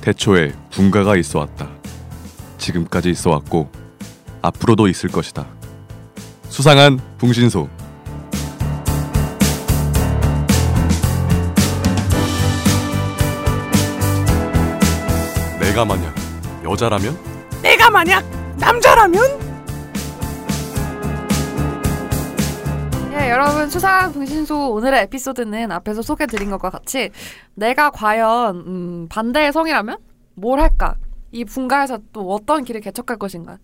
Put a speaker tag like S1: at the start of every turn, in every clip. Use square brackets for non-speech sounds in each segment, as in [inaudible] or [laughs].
S1: 태초에 군가가 있어 왔다. 지금까지 있어 왔고 앞으로도 있을 것이다. 수상한 붕신소. 내가 만약 여자라면
S2: 내가 만약 남자라면
S3: 예, 여러분 수상 분신소 오늘의 에피소드는 앞에서 소개드린 것과 같이 내가 과연 음, 반대의 성이라면 뭘 할까? 이 분가에서 또 어떤 길을 개척할 것인가?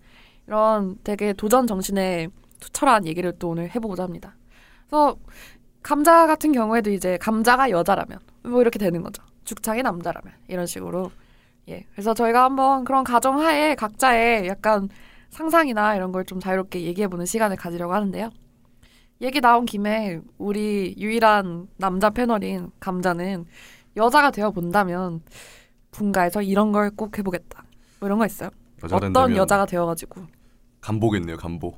S3: 이런 되게 도전 정신에 투철한 얘기를 또 오늘 해보고자 합니다. 그래서 감자 같은 경우에도 이제 감자가 여자라면 뭐 이렇게 되는 거죠. 죽창이 남자라면 이런 식으로 예. 그래서 저희가 한번 그런 가정하에 각자의 약간 상상이나 이런 걸 좀 자유롭게 얘기해보는 시간을 가지려고 하는데요. 얘기 나온 김에 우리 유일한 남자 패널인 감자는 여자가 되어 본다면 분가에서 이런 걸 꼭 해보겠다. 뭐 이런 거 있어요?
S1: 여자
S3: 어떤
S1: 된다면
S3: 여자가 되어가지고
S1: 간보겠네요. 간보.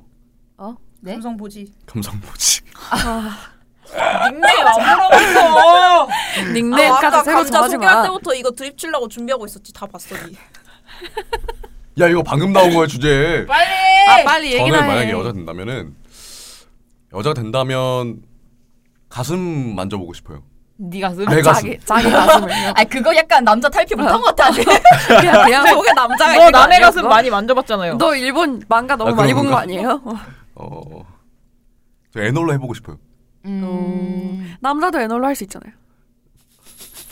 S3: 어? 네?
S4: 아,
S5: 감성 보지.
S1: 감성 보지.
S5: 닉네임 안 물어봤어.
S3: 닉네임까지 새로
S4: 아, 감자
S3: 정하지
S4: 소개할
S3: 마.
S4: 때부터 이거 드립 치려고 준비하고 있었지 다 봤어 니.
S1: 야 이거 방금 나온 거야 주제.
S5: 빨리.
S3: 아 빨리
S1: 저는
S3: 얘기나 해.
S1: 만약에 여자 된다면은 여자 된다면 가슴 만져보고 싶어요.
S5: 네 가슴.
S1: 내 가슴.
S3: 자기 자기 가슴을 그냥-
S6: 아 그거 약간 남자 탈피 못한 것 같아.
S3: [laughs] 그냥 그냥
S4: 저게 남자가
S5: 어,
S3: 뭐
S5: 너
S4: 있는 거
S5: 남의
S4: 아니야,
S5: 가슴
S4: 그거?
S5: 많이
S6: 뭐.
S5: 만져봤잖아요.
S3: 너 일본 망가 너무
S1: 아,
S3: 많이 본 거
S1: 그런가?
S3: 아니에요?
S1: 어. 저 애놀로 해보고 싶어요.
S3: 음. [laughs] 남자도 애널로 할 수 있잖아요.
S1: 음,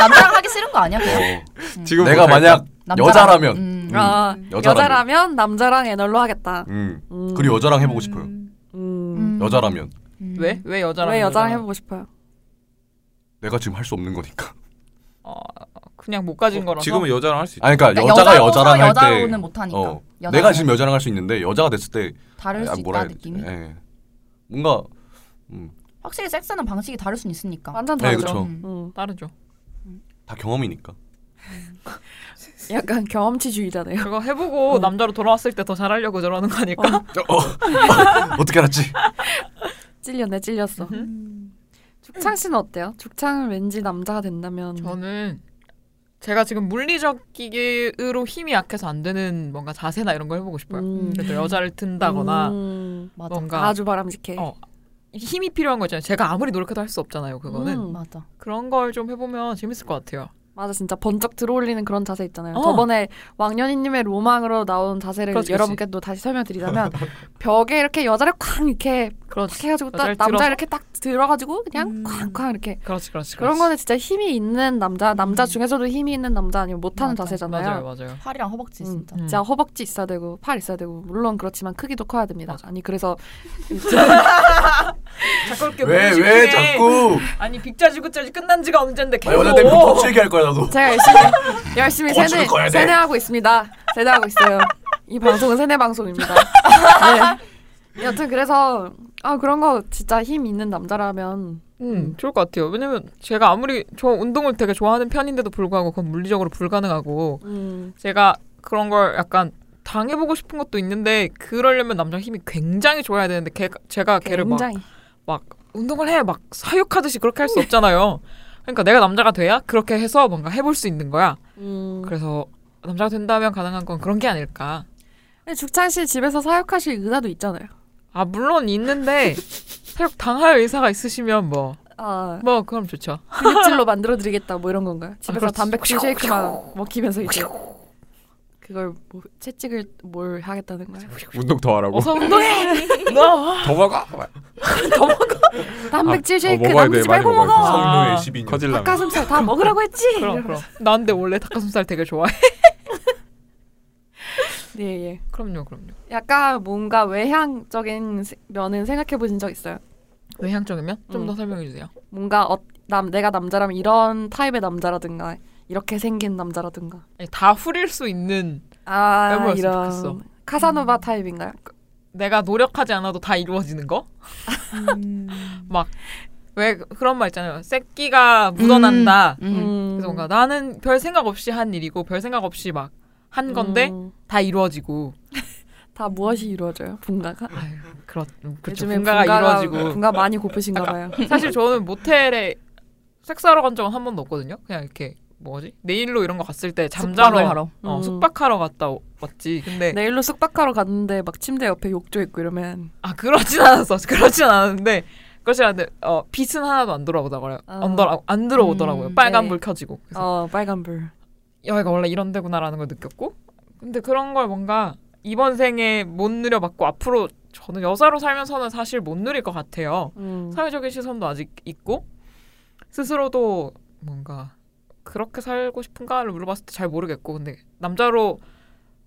S6: 남자랑 하기 싫은 거 아니야? 그냥?
S1: [laughs] 지금 내가 만약
S6: 남자랑-
S1: 여자라면,
S6: 음.
S1: 음,
S3: 아,
S1: 여자라면.
S3: 여자라면 남자랑 애널로 하겠다.
S1: 음.
S3: 음.
S1: 그리고 여자랑 해보고 싶어요.
S3: 음.
S6: 음.
S1: 여자라면
S6: 음.
S5: 왜? 왜 여자랑?
S3: 왜 여자랑
S5: 여자랑?
S3: 해보고 싶어요?
S1: 내가 지금 할 수 없는 거니까.
S5: 어, 그냥 못 가진 거라서.
S7: 지금은 여자랑 할 수 있죠.
S1: 아니 그러니까
S6: 그러니까
S1: 여자가
S6: 여자로서
S1: 여자랑 할 때,
S6: 여자로는 못하니까.
S1: 어,
S6: 여자는
S1: 내가 지금 여자랑 할 수 있는데 여자가 됐을 때
S6: 다를
S1: 아,
S6: 수
S1: 뭐라 해야
S6: 있다
S1: 되지?
S6: 느낌이.
S1: 예. 뭔가 음,
S6: 확실히 섹스는 방식이 다를 수는 있으니까.
S3: 완전
S1: 네,
S3: 다르죠.
S1: 그쵸.
S6: 음.
S3: 음.
S5: 따르죠.
S1: 다 경험이니까.
S3: 약간 경험치주의잖아요. [laughs]
S5: 그거 해보고 남자로 돌아왔을 때 더 잘하려고 저러는 거니까.
S1: 어, [laughs] 어떻게 알았지?
S3: 찔렸네, 찔렸어.
S5: 음.
S3: 죽창 씨는 어때요? 죽창은 왠지 남자가 된다면
S5: 저는 제가 지금 물리적으로 힘이 약해서 안 되는 뭔가 자세나 이런 거 해보고 싶어요.
S3: 음.
S5: 그래서 여자를 든다거나
S3: 음,
S6: 맞아.
S5: 뭐 뭔가
S3: 아주 바람직해.
S5: 어, 힘이 필요한 거 있잖아요. 제가 아무리 노력해도 할 수 없잖아요. 그거는
S3: 음.
S6: 맞아.
S5: 그런 걸 좀 해보면 재밌을 것 같아요.
S3: 맞아 진짜 번쩍 들어올리는 그런 자세 있잖아요.
S5: 어.
S3: 저번에 왕년이님의 로망으로 나온 자세를
S5: 그렇지,
S3: 여러분께 또 다시 설명드리자면 벽에 이렇게 여자를 쾅 이렇게
S5: 그렇지,
S3: 탁 해가지고 딱
S5: 여자를
S3: 남자
S5: 들어서?
S3: 이렇게 딱 들어가지고 그냥 쾅쾅 이렇게
S5: 그렇지, 그렇지.
S3: 그런
S5: 그렇지. 음.
S3: 거는 진짜 힘이 있는 남자 남자 중에서도 힘이 있는 남자 아니면 못하는
S6: 맞아,
S3: 자세잖아요.
S5: 맞아요, 맞아요.
S6: 팔이랑 허벅지
S3: 음,
S6: 진짜.
S3: 진짜 허벅지 있어야 되고 팔 있어야 되고 물론 그렇지만 크기도 커야 됩니다.
S5: 맞아.
S3: 아니 그래서
S5: 자꾸 이렇게
S1: 왜 왜
S5: 모르시게.
S1: 자꾸
S5: 아니 빅자지 굿자지 끝난 지가 언젠데
S1: 나
S5: 계속.
S1: 여자 때문에 법치 얘기할 거야 나도.
S3: 제가 열심히 [laughs] 열심히
S1: 거칠을
S3: 세뇌
S1: 거야 돼.
S3: 세뇌하고 있습니다. 세뇌하고 있어요. 이 방송은 세뇌
S5: [laughs]
S3: 방송입니다. 네. 여튼 그래서 아 그런 거 진짜 힘 있는 남자라면
S5: 음, 좋을 것 같아요. 왜냐면 제가 아무리 저 운동을 되게 좋아하는 편인데도 불구하고 그건 물리적으로 불가능하고
S3: 음,
S5: 제가 그런 걸 약간 당해보고 싶은 것도 있는데 그러려면 남자 힘이 굉장히 좋아야 되는데 걔, 제가 걔를 막
S3: 굉장히
S5: 막 운동을 해 막 사육하듯이 그렇게 할 수 없잖아요. 그러니까 내가 남자가 돼야 그렇게 해서 뭔가 해볼 수 있는 거야.
S3: 음.
S5: 그래서 남자가 된다면 가능한 건 그런 게 아닐까.
S3: 근데 죽찬 씨 집에서 사육하실 의사도 있잖아요.
S5: 아 물론 있는데 사육 당할 의사가 있으시면 뭐 뭐
S3: 아
S5: 그럼 좋죠.
S3: 근육질로 만들어드리겠다 뭐 이런 건가요? 집에서
S5: 아, 그렇지.
S3: 단백질 쉐이크만 먹히면서 이제 그걸 뭐 채찍을 뭘 하겠다는 거예요?
S7: 운동 더 하라고.
S3: [laughs]
S5: 어서 운동해.
S7: 더 먹어.
S3: 단백질
S7: 아,
S3: 쉐이크
S7: 어, 먹어야 돼,
S3: 그 남지
S7: 많이
S3: 말고
S7: 먹어야 돼.
S3: 먹어.
S5: 아.
S1: 성노예 12년.
S7: 커질라면.
S3: 닭가슴살 다 먹으라고 했지.
S5: 그럼 그럼. 나 근데 원래 닭가슴살 되게 좋아해.
S3: 네 예.
S5: 그럼요 그럼요.
S3: 약간 뭔가 외향적인 세- 면은 생각해 보신 적 있어요?
S5: 외향적이면 좀
S3: 음.
S5: 더 설명해 주세요.
S3: 뭔가 어, 남 내가 남자라면 이런 타입의 남자라든가 이렇게 생긴 남자라든가.
S5: 아니, 다 후릴 수 있는
S3: 아
S5: 해보였으면
S3: 이런
S5: 좋겠어.
S3: 카사노바 타입인가요?
S5: 내가 노력하지 않아도 다 이루어지는 거? 음, 막 왜 그런 말 있잖아요. 새끼가
S6: 음.
S5: 묻어난다. 음.
S3: 음.
S5: 그래서 뭔가 나는 별 생각 없이 한 일이고 별 생각 없이 막 한 건데
S3: 음,
S5: 다 이루어지고
S3: 다 무엇이 이루어져요? 분가가?
S5: 아유, 그렇 그렇죠.
S3: 요즘에
S5: 분가가 이루어지고
S3: 분가
S5: [laughs]
S3: 많이 고프신가 봐요.
S5: 사실 저는 모텔에 섹스하러 간 적은 한 번도 없거든요. 그냥 이렇게 뭐지 내일로 이런 거 갔을 때 잠자러
S6: 숙박을
S5: 숙박하러,
S3: 음.
S5: 어,
S3: 네.
S5: 숙박하러 갔다 오- 왔지 근데
S3: 내일로 숙박하러 갔는데 막 침대 옆에 욕조 있고 이러면
S5: 아 그렇진 않았어 [laughs] 그렇진 않았는데 그렇진 않은데 어 빛은 하나도 안 들어오더라고요 안,
S3: 어.
S5: 돌아, 안 들어오더라고요
S6: 음,
S5: 빨간
S3: 네.
S5: 불 켜지고 그래서
S3: 어 빨간불
S5: 여기가 원래 이런 데구나라는 걸 느꼈고 근데 그런 걸 뭔가 이번 생에 못 누려봤고 앞으로 저는 여자로 살면서는 사실 못 누릴 것 같아요
S3: 음.
S5: 사회적인 시선도 아직 있고 스스로도 뭔가 그렇게 살고 싶은가를 물어봤을 때 잘 모르겠고 근데 남자로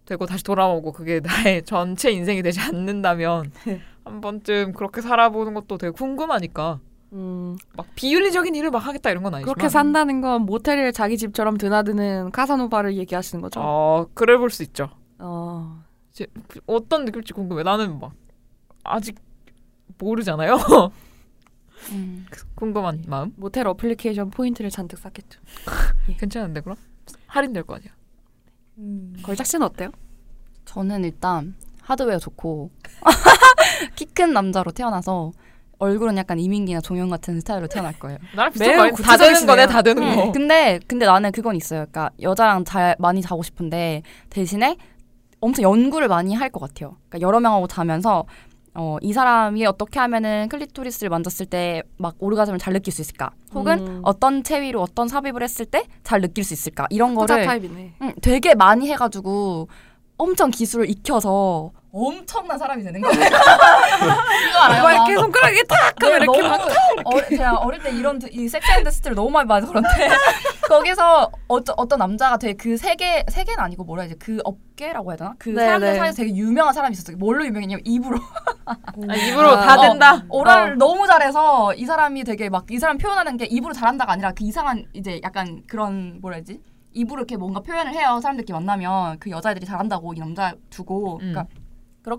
S5: 되고 다시 돌아오고 그게 [laughs] 나의 전체 인생이
S3: [laughs]
S5: 되지 않는다면 한 번쯤 그렇게 살아보는 것도 되게 궁금하니까
S3: 음.
S5: 막 비윤리적인 일을 막 하겠다 이런 건 아니지만
S3: 그렇게 산다는 건 모텔을 자기 집처럼 드나드는 카사노바를 얘기하시는 거죠
S5: 어 그래 볼 수 있죠
S3: 어.
S5: 어떤 느낌일지 궁금해 나는 막 아직 모르잖아요 [laughs]
S6: 음.
S5: 궁금한 마음
S3: 모텔 어플리케이션 포인트를 잔뜩 쌓겠죠
S6: 예.
S5: 괜찮은데 그럼 할인될 거 아니야 음,
S3: 걸작씨는 어때요?
S6: 저는 일단 하드웨어 좋고 [laughs] 키 큰 남자로 태어나서 얼굴은 약간 이민기나 종현 같은 스타일로 태어날 거예요.
S5: 나랑
S3: 매우
S5: 비슷한 거다 되는
S3: 구체적이시네요.
S5: 거네 다 되는 거
S6: 네. 근데 근데 나는 그건 있어요. 그러니까 여자랑 잘 많이 자고 싶은데 대신에 엄청 연구를 많이 할 것 같아요. 그러니까 여러 명하고 자면서 어, 이 사람이 어떻게 하면은 클리토리스를 만졌을 때 막 오르가즘을 잘 느낄 수 있을까? 혹은
S3: 음.
S6: 어떤 체위로 어떤 삽입을 했을 때 잘 느낄 수 있을까? 이런
S3: 후자
S6: 거를
S3: 어, 타입이네
S6: 응, 되게 많이 해가지고 엄청 기술을 익혀서 엄청난 사람이 되는 거예요. [laughs] 이거
S3: 막 이렇게 손가락이 탁 하면 이렇게 막
S6: 어, 제가 어릴 때 이런 드- 이 섹스앤드 시티를 너무 많이 봐서 그런데 [laughs] 거기서 어쩌, 어떤 남자가 되게 그 세계 세계는 아니고 뭐라 해야 되지 그 업계라고 해야 되나 그
S3: 네,
S6: 사람들
S3: 네.
S6: 사이에서 되게 유명한 사람이 있었어요 뭘로 유명했냐면 입으로
S5: 아, 입으로
S3: 아,
S5: 다
S6: 어.
S5: 된다
S6: 오랄 너무 잘해서 이 사람이 되게 막 이 사람 표현하는 게 입으로 잘한다가 아니라 그 이상한 이제 약간 그런 뭐라 해야지 입으로 이렇게 뭔가 표현을 해요 사람들끼리 만나면 그 여자애들이 잘한다고 이 남자 두고
S5: 음.
S6: 그러니까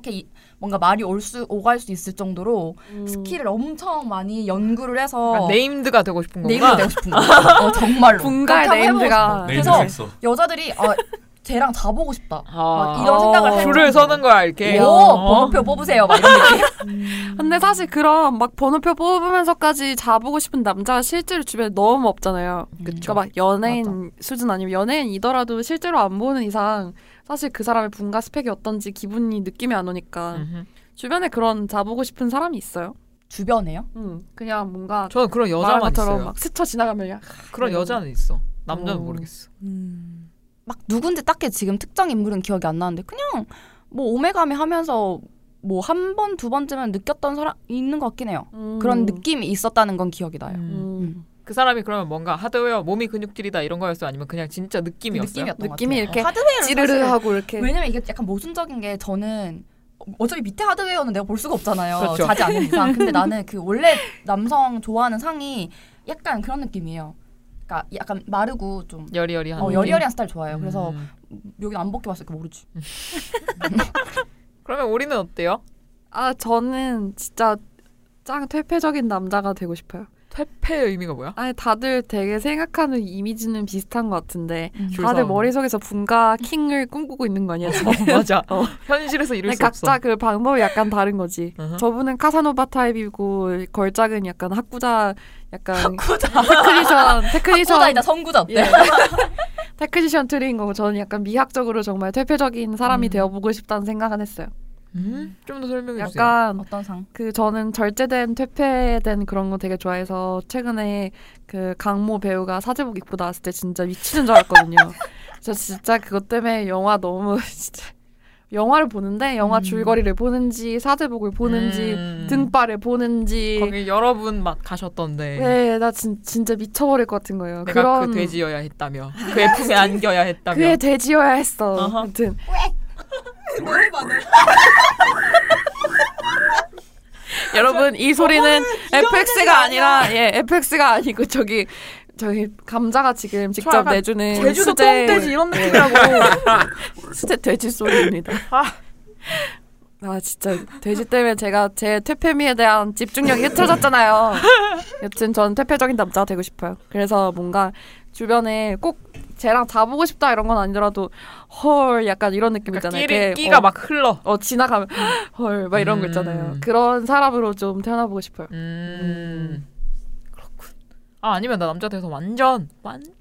S6: 그렇게 이- 뭔가 말이 올 수 오갈 수 있을 정도로
S3: 음. 그러니까
S6: 스킬을 엄청 많이 연구를 해서
S5: 약간 네임드가 되고 싶은
S6: 어. 네임드
S5: 건가
S6: 되고 싶은 거야. [laughs] 어, 정말로.
S3: 분가의
S6: 그렇게 한번
S3: 네임드가
S6: 해보고 그래서 싶어. 여자들이 아, 쟤랑 자보고 싶다. 막 이런 생각을 할
S5: 아. 줄을
S6: 정도로.
S5: 서는 거야 이렇게
S6: 오, 음.
S5: 어.
S6: 번호표 뽑으세요. 막 이런 느낌.
S3: 근데 사실 그럼 막 번호표 뽑으면서까지 자보고 싶은 남자가 실제로 주변에 너무 없잖아요. 그러니까 막 연예인 수준 아니면 연예인이더라도 실제로 안 보는 이상 사실 그 사람의 분가 스펙이 어떤지 기분이 느낌이 안 오니까
S5: 음흠.
S3: 주변에 그런 자보고 싶은 사람이 있어요?
S6: 주변에요?
S3: 응. 음. 그냥 뭔가
S5: 저는 그런
S3: 말한
S5: 여자만
S3: 것처럼
S5: 있어요
S3: 막 스쳐 지나가면 야
S6: 음.
S5: 그런
S3: 이런
S5: 여자는 있어 남자는
S3: 어.
S5: 모르겠어 음.
S6: 막 누군지 딱히 지금 특정 인물은 기억이 안 나는데 그냥 뭐 오메가미 하면서 뭐 한 번 두 번쯤은 느꼈던 사람 있는 것 같긴 해요.
S3: 음.
S6: 그런 느낌이 있었다는 건 기억이 나요.
S3: 음.
S5: 그 사람이 그러면 뭔가 하드웨어 몸이 근육질이다 이런 거였어요 아니면 그냥 진짜 느낌이었어요
S6: 느낌이었던 것
S3: 느낌이
S6: 같아요.
S3: 이렇게
S6: 하드웨어를
S3: 찌르르
S6: 사실-
S3: 하고
S5: 네.
S3: 이렇게
S6: 왜냐면 이게 약간 모순적인 게 저는 어차피 밑에 하드웨어는 내가 볼 수가 없잖아요.
S5: 그렇죠.
S6: 자지
S5: [laughs]
S6: 않는 이상. 근데 나는 그 원래 남성 좋아하는 상이 약간 그런 느낌이에요. 그러니까 약간 마르고 좀
S5: 여리여리한
S6: 어,
S5: 느낌?
S6: 여리여리한 스타일 좋아해요. 그래서
S5: 음.
S6: 여기 안 벗겨봤으니까 모르지.
S5: 그러면 우리는 어때요?
S3: 아 저는 진짜 짱 퇴폐적인 남자가 되고 싶어요.
S5: 퇴폐의 의미가 뭐야?
S3: 아니 다들 되게 생각하는 이미지는 비슷한 것 같은데
S6: 음.
S5: 줄
S3: 다들
S5: 서는 거.
S3: 머릿속에서 분가 킹을 꿈꾸고 있는 거 아니야 지금?
S5: 맞아.
S3: 어.
S5: 현실에서 [laughs] 이룰
S3: 근데
S5: 수 없어.
S3: 각자 그 방법이 약간 다른 거지.
S5: 어허.
S3: 저분은 카사노바 타입이고 걸작은 약간 학구자 약간 [laughs] 테크니션 테크니션
S6: 성구자이다 성구자
S5: 예.
S6: 어때?
S3: 테크니션 트리인 거고 저는 약간 미학적으로 정말 퇴폐적인 사람이
S5: 음.
S3: 되어보고 싶다는 생각은 했어요.
S5: 음? 좀 더 설명해 주세요.
S3: 약간
S6: 어떤 상?
S3: 그 저는 절제된 퇴폐된 그런 거 되게 좋아해서 최근에 그 강모 배우가 사제복 입고 나왔을 때 진짜 미치는 줄
S5: [laughs]
S3: 알았거든요. 저 진짜 그것 때문에 영화 너무 [laughs] 진짜 영화를 보는데 영화
S5: 음.
S3: 줄거리를 보는지 사제복을 보는지
S5: 음.
S3: 등발을 보는지
S5: 거기 여러분 막 가셨던데
S3: 네나 진짜 미쳐버릴 것 같은 거예요.
S5: 내가
S3: 그런 네.
S5: 그 돼지여야 했다며 그의 품에 안겨야 했다며
S3: 그의 돼지여야 했어.
S5: 어허.
S3: 아무튼
S5: 그렇죠?
S3: 여러분 이 소리는 FX가 아니라 예 FX가 아니고 저기 저기 감자가 지금 직접
S5: 약간
S3: 내주는
S5: 제주도
S3: 수제-
S5: 똥돼지 이런
S3: 예,
S5: 느낌이라고
S3: [laughs] 수제 돼지 소리입니다. 아. 진짜 돼지 때문에 제가 제 퇴폐미에 대한 집중력이 흐트러졌잖아요. 여튼 전 퇴폐적인 남자가 되고 싶어요. 그래서 뭔가 주변에 꼭 쟤랑 자보고 싶다 이런 건 아니더라도 헐 약간 이런 느낌
S5: 그러니까
S3: 있잖아요.
S5: 끼리,
S3: 이렇게,
S5: 끼가
S3: 어,
S5: 막 흘러
S3: 어 지나가면
S6: 음.
S3: 헐 막 이런 거 있잖아요.
S5: 음.
S3: 그런 사람으로 좀 태어나보고 싶어요.
S5: 음, 그렇군 아 아니면 나 남자 돼서 완전 완전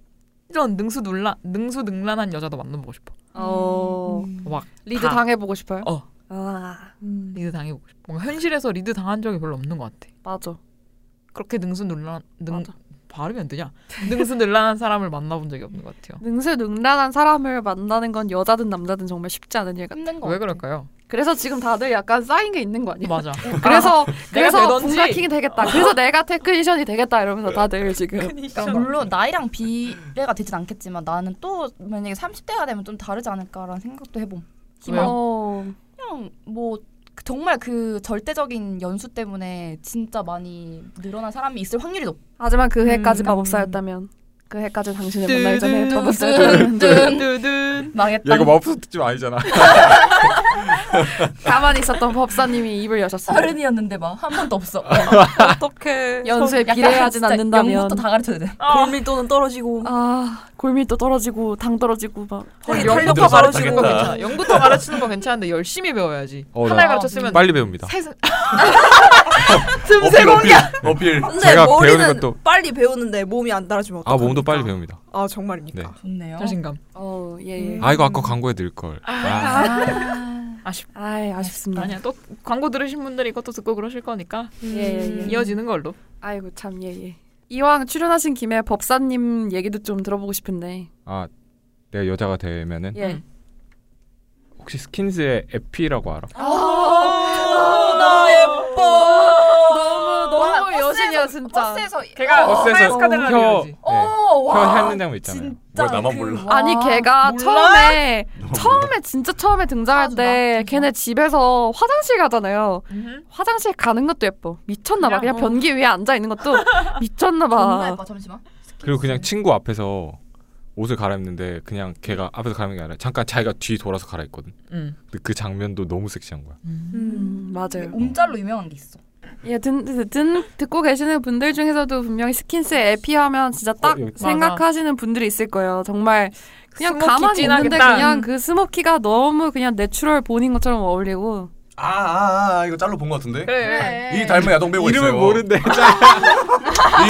S5: 완전 능수 눌란 능수 능란한 여자도 만나보고 싶어.
S3: 어
S5: 음. 막
S3: 리드
S5: 다.
S3: 당해보고 싶어요.
S5: 어.
S3: 아
S5: 리드 당해보고 싶어. 뭔가 현실에서 리드 당한 적이 별로 없는 것 같아.
S3: 맞아.
S5: 그렇게 능수 눌란 능
S3: 맞아.
S5: 발음이 안 되냐? 능수 [laughs] 능란한 사람을 만나본 적이 없는 것 같아요.
S3: 능수능란한 사람을 만나는 건 여자든 남자든 정말 쉽지 않은 일 같아. 예.
S6: 힘든 거.
S5: 왜 그럴까요?
S3: 그래서 지금 다들 약간 쌓인 게 있는 거 아니야?
S5: 맞아.
S3: 그래서 그래서
S5: 되던지.
S3: 분가킹이 되겠다. 그래서 내가 테크니션이 되겠다 이러면서 다들 지금
S6: 그러니까
S4: 그렇죠.
S6: 물론 나이랑 비례가 되진 않겠지만 나는 또 만약에 30대가 되면 좀 다르지 않을까라는 생각도 해봄.
S5: [laughs] 왜요?
S3: 어,
S6: 그냥 뭐 그- 정말 그 절대적인 연수 때문에 진짜 많이 늘어난 사람이 있을 확률이 높.
S3: 하지만 그 해까지
S5: 음.
S3: 마법사였다면 그 해까지 당신을
S5: 뚜둔,
S3: 만날 전에
S5: 뚜둔,
S3: 마법사였다면
S5: 두둔.
S6: 망했다.
S7: 야 이거 마법사 특집 아니잖아.
S3: 가만히 있었던 법사님이 입을
S6: 아,
S3: 여셨어요.
S6: 어른이었는데 막 한 번도 없어.
S5: 아.
S4: 어떻게
S3: 연수에
S6: 약간
S3: 비례하진
S6: 진짜
S3: 네, 않는다면
S6: 영부터 다 가르쳐야 돼.
S4: 아, 골밀도는 떨어지고
S3: 아 골밀도 떨어지고 당 떨어지고 막
S4: 허리
S5: 영-
S4: 탄력도 바르시고
S5: 가르치는 거 괜찮아. 영부터 가르치는 거 괜찮은데 열심히 배워야지.
S7: 어,
S5: 하나를
S6: 나-
S5: 가르쳤으면
S7: [laughs] 빨리 배웁니다.
S5: 세 틈새 공격.
S7: 어필.
S4: 근데
S7: 제가 배우는
S4: 머리는
S7: 것도
S4: 빨리 배우는데 몸이 안 따라주면
S7: 아
S4: 어떡합니까?
S7: 몸도 빨리 배웁니다.
S4: 아 정말입니까?
S7: 네.
S6: 좋네요.
S5: 자신감.
S3: 어, 예, 예.
S7: 아 이거 아까 광고에 넣을 걸. 아,
S5: 아쉽.
S3: 아이,
S6: 음.
S3: 아쉽습니다.
S5: 아니야. 또 광고 들으신 분들이 이것도 듣고 그러실 거니까
S3: 예, 예,
S6: 음.
S3: 예.
S5: 이어지는 걸로.
S3: 아이고, 참, 예, 예. 이왕 출연하신 김에 법사님 얘기도 좀 들어보고 싶은데.
S7: 아 내가 여자가 되면은
S3: 예.
S5: 음.
S7: 혹시 스킨스의 에피라고 알아?
S4: 어,
S5: 어.
S4: 나 예뻐.
S3: 어, 너무, 너무
S6: 버스에서-
S3: 여신이야, 진짜.
S6: 어, 버스에서
S5: 걔가
S7: 버스에서
S5: 어, 스카델라
S7: 혀
S5: 해야지.
S6: 어,
S7: 네. 혀
S6: 와.
S7: 핥는 장면 있잖아요.
S6: 진짜
S8: 뭐야, 나만
S6: 그-
S8: 몰라.
S6: 와.
S3: 아니, 걔가
S5: 몰라?
S3: 처음에, 처음에, 진짜 처음에 등장할
S6: 아주
S3: 때,
S6: 나, 진짜.
S3: 걔네 집에서 화장실 가잖아요.
S5: 음흠.
S3: 화장실 가는 것도 예뻐. 미쳤나봐.
S5: 그냥
S3: 그냥 변기 위에 앉아있는 [laughs] 것도
S6: 존나
S3: 미쳤나봐.
S6: 예뻐. 잠시만.
S7: 그리고 그냥 친구 앞에서 옷을 갈아입는데 그냥 걔가 앞에서 갈아입는 게 아니라 잠깐 자기가 뒤 돌아서 갈아입거든.
S5: 음.
S7: 근데 그 장면도 너무 섹시한 거야.
S3: 음, 맞아요.
S6: 옴짤로 유명한 게 있어.
S3: 예, 듣, 듣, 듣, 듣고 계시는 분들 중에서도 분명히 스킨스의 에피 하면 진짜 딱
S8: 예,
S7: 어, 여기-
S3: 생각하시는 분들이 있을 거예요. 정말 그냥
S5: 스모키
S3: 가만히 있는데
S5: 진하겠다.
S3: 그냥 그 스모키가 너무 그냥 내추럴 본인 것처럼 어울리고
S8: 아, 아, 아 이거 짤로 본 것 같은데?
S5: 그래.
S3: 네.
S8: 이 닮은 야동 배우가
S7: 이름을
S8: 있어요.
S7: 모르는데
S8: [laughs]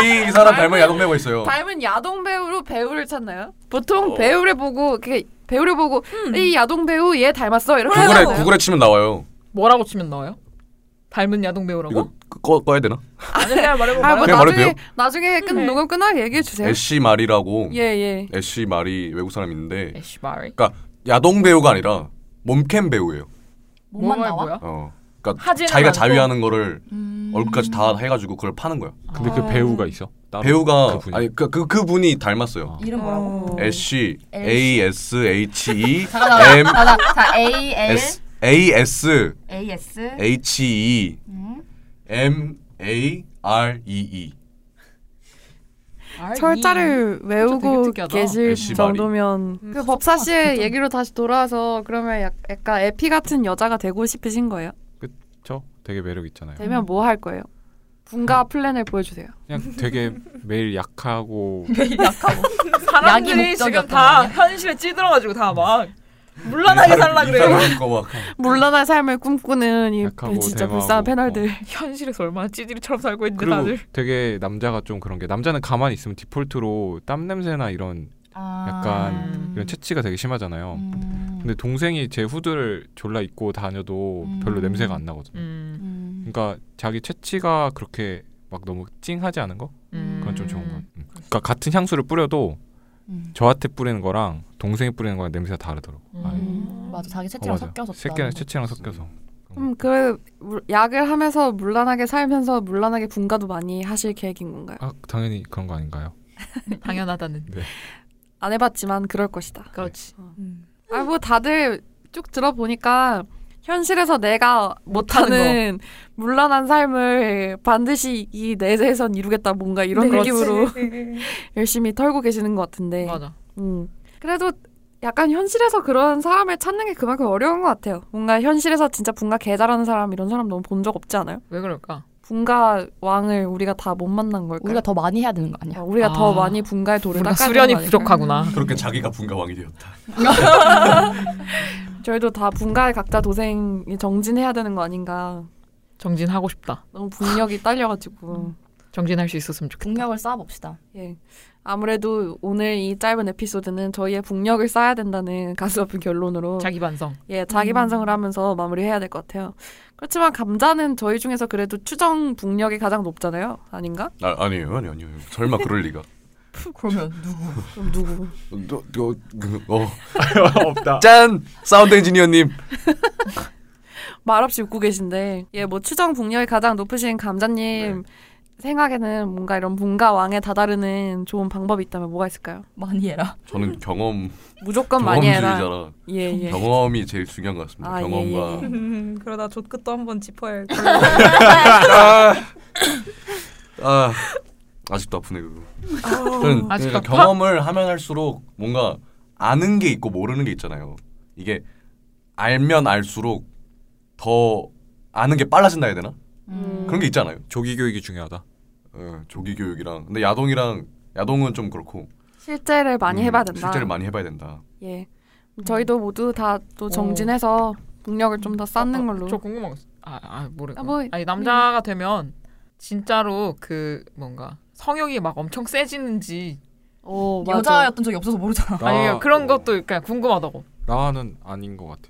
S8: 이, 이 사람 닮은 야동 배우가 있어요.
S3: 닮은 야동 배우로 배우를 찾나요?
S8: 어.
S3: 음. 보통 배우를 보고 이렇게 배우를 보고 이 야동 배우 얘 닮았어 이렇게
S8: 구글에
S3: 하잖아요.
S8: 구글에 치면 나와요.
S5: 뭐라고 치면 나와요? 닮은 야동 배우라고?
S8: 이거 끄- 꺼, 꺼야 되나?
S5: 아니
S6: 네,
S5: 그냥 말해봐.
S3: 아, 뭐
S8: 그냥 말해도
S3: 나중에
S8: 돼요?
S3: 나중에 끝 녹음 끝나고 얘기해 주세요.
S8: 애쉬 마리라고.
S3: 네. 예, 예.
S8: 애쉬 마리 외국 사람 있는데 그러니까
S5: 에쉬 마리.
S8: 야동 배우가 아니라 몸캠 배우예요.
S6: 몸만
S5: 뭐가
S6: 나와?
S5: 뭐야?
S8: 어. 그러니까
S5: 하지는
S8: 자기가
S5: 않고.
S8: 자위하는 거를
S6: 음.
S8: 얼굴까지 다 해가지고 그걸 파는 거야.
S7: 근데 그 배우가 있어? 따로?
S8: 배우가
S7: 그분이?
S8: 아니 그, 그 그분이 닮았어요.
S7: 아.
S6: 이름 뭐라고?
S8: 애쉬
S6: L.
S8: A S H E M
S6: 잠깐만. 아, 나, 나, 자, A L
S8: S A S
S6: A S
S8: H E
S6: 음.
S8: M A R E E
S5: 아,
S3: 철자를
S5: 되게
S3: 외우고
S5: 특이하다. 음,
S3: 계실
S8: 애쉬
S3: 정도면 그 법사 씨의
S6: 진짜.
S3: 얘기로 다시 돌아와서 그러면 약, 약간 에피 같은 여자가 되고 싶으신 거예요?
S7: 저 되게 매력 있잖아요.
S5: 음.
S3: 되면 뭐 할 거예요? 분가
S7: 음.
S3: 플랜을 보여주세요.
S7: 그냥 되게 매일 약하고
S5: 이 사람들이
S6: 약이
S5: 지금
S6: 목적이었단
S5: 다
S6: 말이야.
S5: 현실에 찌들어가지고 다 막 물란하게 살라 그래.
S8: 거막
S3: 물란한 삶을 꿈꾸는 이그
S7: 약하고
S3: 진짜
S7: 대마하고, 어.
S3: 불쌍한 패널들.
S5: [laughs] 현실에서 얼마나 찌질이처럼 살고 있는데
S7: 그리고
S5: 다들.
S7: 되게 남자가 좀 그런 게 남자는 가만히 있으면 디폴트로 땀 냄새나 이런
S6: 아.
S7: 약간 이런 채취가 되게 심하잖아요.
S6: 음.
S7: 근데 동생이 제 후드를 졸라 입고 다녀도
S6: 음.
S7: 별로 냄새가 안 나거든요.
S5: 음.
S6: 음.
S7: 그러니까 자기 채취가 그렇게 막 너무 찡하지 않은 거?
S5: 음.
S7: 그건 좀 좋은 거. 음. 그러니까 같은 향수를 뿌려도
S6: 음.
S7: 저한테 뿌리는 거랑 동생이 뿌리는 거랑 냄새가 다르더라고. 아,
S5: 음.
S6: 음. 맞아. 자기
S7: 어,
S6: 채취랑
S7: 맞아.
S6: 섞여서.
S7: 새끼랑 채취랑 섞여서.
S3: 음, 그 물- 약을 하면서 물란하게 살면서 물란하게 분가도 많이 하실 계획인 건가요?
S7: 아 당연히 그런 거 아닌가요?
S5: 당연하다는.
S3: 안 해봤지만 그럴 것이다.
S5: 그렇지.
S3: 아, 뭐 다들 쭉 들어보니까 현실에서 내가
S5: 못하는
S3: 못하는 물란한 삶을 반드시 이 내세에선 이루겠다 뭔가 이런
S5: 네,
S3: 느낌으로 [laughs] 열심히 털고 계시는 것 같은데.
S5: 맞아.
S3: 음. 그래도 약간 현실에서 그런 사람을 찾는 게 그만큼 어려운 것 같아요. 뭔가 현실에서 진짜 분가 개잘하는 사람 이런 사람 너무 본 적 없지 않아요?
S5: 왜 그럴까?
S3: 분가 왕을 우리가 다 못 만난 걸까요?
S6: 우리가 더 많이 해야 되는 거 아니야?
S3: 어, 우리가 더
S5: 아.
S3: 많이 분가의 도를
S5: 우리가
S3: 닦아야
S5: 수련이
S3: 되는 거 아닐까요? 음.
S5: 부족하구나.
S8: 그렇게 자기가 분가왕이 되었다.
S3: 저희도 다 분가의 각자 도생이 정진해야 되는 거 아닌가.
S5: [laughs] 정진하고 싶다.
S3: 너무 분력이 딸려가지고
S5: 정진할 수 있었으면 좋겠다.
S6: 국력을 쌓아봅시다.
S3: 예. 아무래도 오늘 이 짧은 에피소드는 저희의 북력을 쌓아야 된다는 [laughs] 가슴 아픈 결론으로
S5: 자기 반성.
S3: 예,
S8: 음.
S3: 자기 반성을 하면서 마무리해야 될 것 같아요. 그렇지만 감자는 저희 중에서 그래도 추정 북력이 가장 높잖아요. 아닌가?
S8: 아, 아니에요, 아니요, 아니요. 설마 그럴 리가.
S4: 그러면 누구?
S3: 그럼 누구?
S8: 너, 너, 그, 어.
S7: [laughs] 없다.
S8: 짠! 사운드 엔지니어님.
S3: 말없이 웃고 계신데 예, 뭐 추정 북력이 가장 높으신
S8: 네.
S3: 감자님 생각에는 뭔가 이런 분과 왕에 다다르는 좋은 방법이 있다면 뭐가 있을까요?
S4: 많이 해라.
S8: 저는 경험
S3: 무조건 많이 해라.
S8: 경험주의자라
S3: 예, 예.
S8: 경험이 제일 중요한 것 같습니다.
S3: 아, 예,
S8: 경험과
S3: 예,
S4: 음, 그러다 좆 끝도 한번 짚어야 할
S5: [laughs]
S8: 아 아직도 아프네 그거. 저는
S5: 아직도
S8: 그러니까
S5: 아파?
S8: 경험을 하면 할수록 뭔가 아는 게 있고 모르는 게 있잖아요. 이게 알면 알수록 더 아는 게 빨라진다 해야 되나?
S6: 음.
S8: 그런 게 있잖아요.
S7: 조기 교육이 중요하다.
S8: 어, 조기 교육이랑 근데 야동이랑 야동은 좀 그렇고
S3: 실제를 많이
S8: 음,
S3: 해봐야 된다.
S8: 실제를 많이 해봐야 된다.
S3: 예. 저희도 모두 다 또 정진해서 북력을 좀 더 쌓는 걸로.
S5: 저 궁금한 거 있어. 아, 아 모르겠어.
S3: 아, 뭐,
S5: 아니 남자가 되면 진짜로 그 뭔가 성욕이 막 엄청 세지는지
S3: 오, 맞아.
S4: 여자였던 적이 없어서 모르잖아.
S5: 아니
S7: 나-
S5: 그러니까 그런
S7: 어,
S5: 것도 그냥 궁금하다고.
S7: 나는 아닌 것 같아.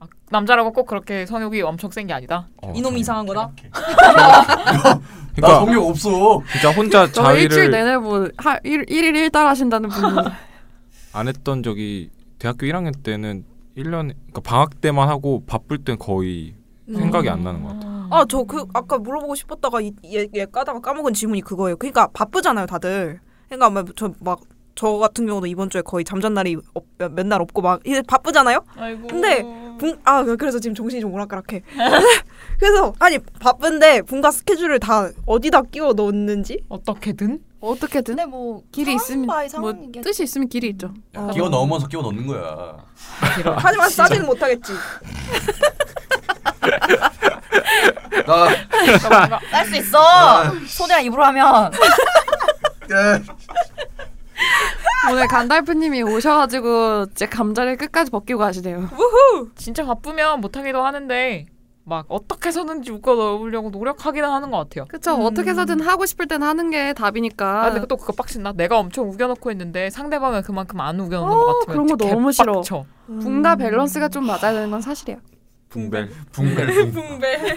S5: 아, 남자라고 꼭 그렇게 성욕이 엄청 센 게 아니다.
S7: 어,
S4: 이놈이 이상한 거다.
S8: 나
S7: 그러니까
S8: 성격 그러니까 없어.
S3: [laughs]
S7: 진짜 혼자
S3: 저 일주일
S7: 자위를
S3: 내내 뭐 하, 일, 일일 일달 하신다는
S5: [laughs]
S3: 분.
S7: 안 했던 적이 대학교 1학년 때는 1년 그러니까 방학 때만 하고 바쁠 땐 거의 생각이 안 나는 것 같아.
S4: 아, 저 그 아까 물어보고 싶었다가 이, 얘, 얘 까다가 까먹은 질문이 그거예요. 그러니까 바쁘잖아요, 다들. 그러니까 막저막 저 같은 경우도 이번 주에 거의 잠잔 날이 없, 맨날 없고 막 이제 바쁘잖아요.
S5: 아이고.
S4: 근데 분, 아 그래서 지금 정신이 좀 오락가락해. [laughs] 그래서 아니 바쁜데 분과 스케줄을 다 어디다 끼워 넣는지
S5: 어떻게든
S3: 어떻게든
S4: 근데 뭐
S3: 길이 있으면
S4: 바이
S3: 뭐
S4: 상황이겠지.
S3: 뜻이 있으면 길이 있죠.
S8: 야,
S4: 어.
S8: 끼워 아, 넣으면서 끼워 넣는 거야.
S4: 하지만 싸지는 못하겠지.
S8: 나
S5: 그러니까
S6: 할 수 있어.
S8: 네.
S6: 손이랑
S8: [laughs]
S6: 입으로 하면
S8: 예.
S3: 오늘 간달프님이 오셔가지고 제 감자를 끝까지 벗기고 가시네요.
S5: 음. 진짜 바쁘면 못하기도 하는데 막 어떻게 해서든지 웃겨 넣으려고 노력하기는 하는 것 같아요.
S3: 그쵸. 어떻게 해서든 하고 싶을 땐 하는 게 답이니까.
S5: 아, 근데 또 그거 빡친다. 내가 엄청 우겨놓고 했는데 상대방은 그만큼 안 우겨놓는
S3: 어,
S5: 것 같으면
S3: 그런 거 너무 싫어.
S5: 개빡쳐.
S3: 분과 음. 밸런스가 좀 맞아야 되는 건 사실이야.
S7: 붕벨.
S8: 붕벨붕.
S4: 붕배.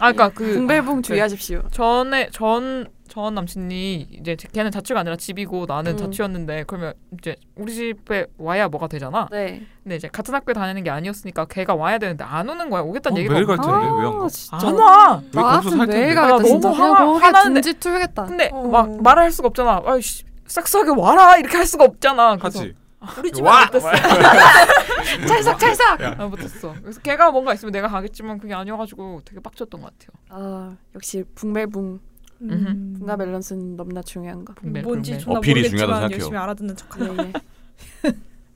S5: 아, 그러니까 그
S3: 붕벨붕 주의하십시오.
S5: 전에 전 전 남친이 이제 걔는 자취가 아니라 집이고 나는
S3: 음.
S5: 자취였는데 그러면 이제 우리 집에 와야 뭐가 되잖아.
S3: 네.
S5: 근데 이제 같은 학교에 다니는 게 아니었으니까 걔가 와야 되는데 안 오는 거야. 오겠다는
S7: 어,
S5: 얘기가
S7: 매일 갈
S5: 없-
S7: 텐데 왜안 가?
S3: 아, 진짜.
S5: 안 와.
S7: 왜
S3: 나
S7: 거기서 살
S3: 같으면 매일
S7: 텐데?
S5: 가-
S3: 가겠다.
S5: 나
S3: 진짜.
S5: 아, 너무
S3: 그냥
S5: 화-
S3: 거기에
S5: 화나는데-
S3: 둥지 틀겠다.
S5: 근데
S4: 어.
S5: 막 말을 할 수가 없잖아. 아이씨 싹싹하게 와라 이렇게 할 수가 없잖아. 그래서
S7: 하지.
S4: 음. 우리 집에
S7: 와!
S4: 어땠어?
S5: 음, 찰싹 찰싹 아, 못했어. 그래서 걔가 뭔가 있으면 내가 가겠지만 그게 아니어가지고 되게 빡쳤던 것 같아요.
S3: 아 역시 붕벨붕 분과 밸런스는 너무나 중요한 거.
S5: 분배,
S4: 뭔지
S5: 분배.
S4: 존나
S8: 어필이
S4: 모르겠지만
S8: 중요하다고 생각해요.
S4: 열심히 알아듣는 척하네.
S3: 네, 예.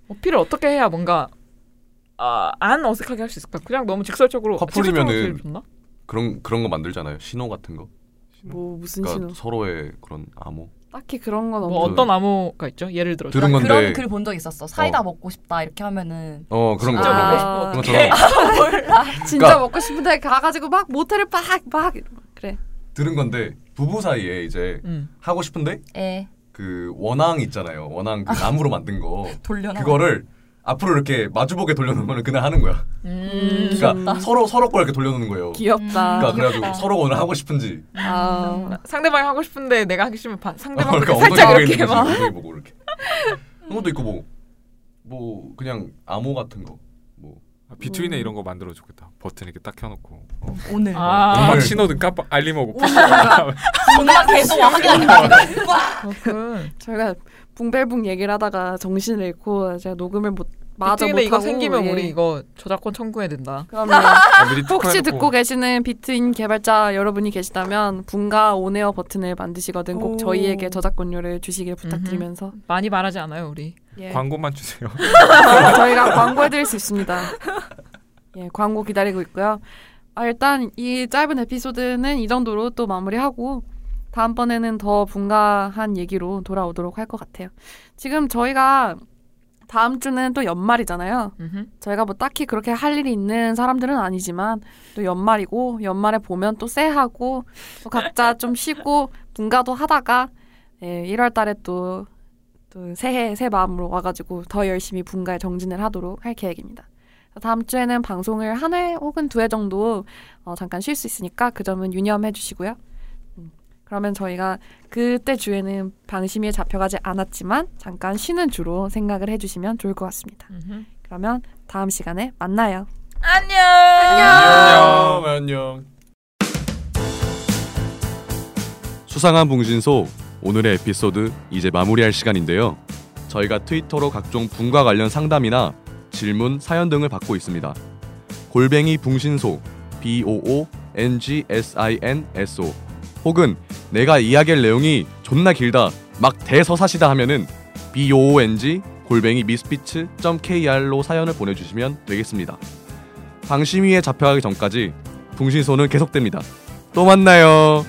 S5: 뭐 어필을 어떻게 해야 뭔가 아, 안 어색하게 할 수 있을까? 그냥 너무 직설적으로
S8: 커플이면은
S5: 직설적으로 제일 좋나?
S8: 그런 그런 거 만들잖아요. 신호 같은 거.
S3: 뭐 무슨
S8: 그러니까
S3: 신호?
S8: 서로의 그런 암호.
S3: 딱히 그런 건
S5: 뭐
S3: 없어.
S8: 그-
S5: 어떤 암호가 있죠? 예를 들어
S8: 들은 건데.
S6: 그런 글 본 적 있었어. 사이다
S8: 어.
S6: 먹고 싶다 이렇게 하면은
S8: 어 그런 거.
S5: 진짜
S8: 그런 거.
S5: 먹고
S8: 네.
S3: 아,
S8: 그런 것처럼
S3: 진짜
S8: 그러니까-
S3: 먹고 싶은데 가가지고 막 모텔을 막막 그래.
S8: [laughs] 들은 건데 부부 사이에 이제
S5: 음.
S8: 하고 싶은데
S6: 에
S8: 그 원앙 있잖아요. 원앙 그 나무로 만든
S5: [laughs]
S8: 거.
S6: 돌려놔.
S8: 그거를 앞으로 이렇게 마주보게 돌려놓은 거는 그날 하는 거야.
S5: 음.
S8: 그러니까 서로 서로 걸 이렇게 돌려놓는 거예요.
S6: 음,
S3: 귀엽다.
S8: 그러니까 그래가지고 서로가 오늘 하고 싶은지
S3: 아,
S5: 상대방이 하고 싶은데 내가 하기 싫으면 바- 상대방
S8: 그러니까 엉덩이
S5: 살짝
S8: 보고
S5: 이렇게
S8: 있는 거지.
S5: 막
S8: 엉덩이 보고 이렇게. 그런 것도 있고 뭐 뭐 그냥 암호 같은 거. 뭐
S3: 음.
S7: 아, 비트윈에 이런 거 만들어 주겠다. 버튼 이렇게 딱 켜놓고 어.
S4: 오늘.
S5: 아,
S7: 막 신호등 깜빡 알림
S3: [laughs]
S7: 오고.
S3: 아,
S6: 존나 계속 확인한다.
S8: 네.
S5: 그렇군.
S3: 저희가 붕벨붕 얘기를 하다가 정신을 잃고 제가 녹음을 못 [laughs] 마저 못하고
S5: 비트윈에 이거 생기면
S3: 예.
S5: 우리 이거 저작권 청구해야 된다.
S3: 그럼요.
S5: [laughs]
S7: 아, 미리 툭
S3: 혹시
S7: 해놓고.
S3: 듣고 계시는 비트인 개발자 여러분이 계시다면 분가 온에어 버튼을 만드시거든 꼭
S4: 오.
S3: 저희에게 저작권료를 주시길 부탁드리면서
S5: 많이 말하지 않아요, 우리.
S3: 예.
S7: 광고만 주세요.
S3: 네, 저희가 광고해드릴 수 있습니다. 예, 광고 기다리고 있고요. 아, 일단 이 짧은 에피소드는 이 정도로 또 마무리하고 다음번에는 더 분가한 얘기로 돌아오도록 할 것 같아요. 지금 저희가 다음 주는 또 연말이잖아요.
S5: 음흠.
S3: 저희가 뭐 딱히 그렇게 할 일이 있는 사람들은 아니지만 또 연말이고 연말에 보면 또 쎄하고 또 각자 좀 쉬고 분가도 하다가 예, 1월 달에 또, 또 새해 새 마음으로 와가지고 더 열심히 분가에 정진을 하도록 할 계획입니다. 그래서 다음 주에는 방송을 한 회 혹은 두 회 정도 어, 잠깐 쉴 수 있으니까 그 점은 유념해 주시고요. 음, 그러면 저희가 그때 주에는 방심위에 잡혀가지 않았지만 잠깐 쉬는 주로 생각을 해주시면 좋을 것 같습니다.
S5: 음흠.
S3: 그러면 다음 시간에 만나요.
S6: 안녕 안녕.
S8: 수상한 봉신소 오늘의 에피소드 이제 마무리할 시간인데요. 저희가 트위터로 각종 분과 관련 상담이나 질문, 사연 등을 받고 있습니다. 골뱅이 붕신소 B O O N G S I N S O 혹은 내가 이야기할 내용이 존나 길다 막 대서사시다 하면은 B O O N G 골뱅이 미스피츠 K R로 사연을 보내주시면 되겠습니다. 방심위에 잡혀가기 전까지 붕신소는 계속됩니다. 또 만나요.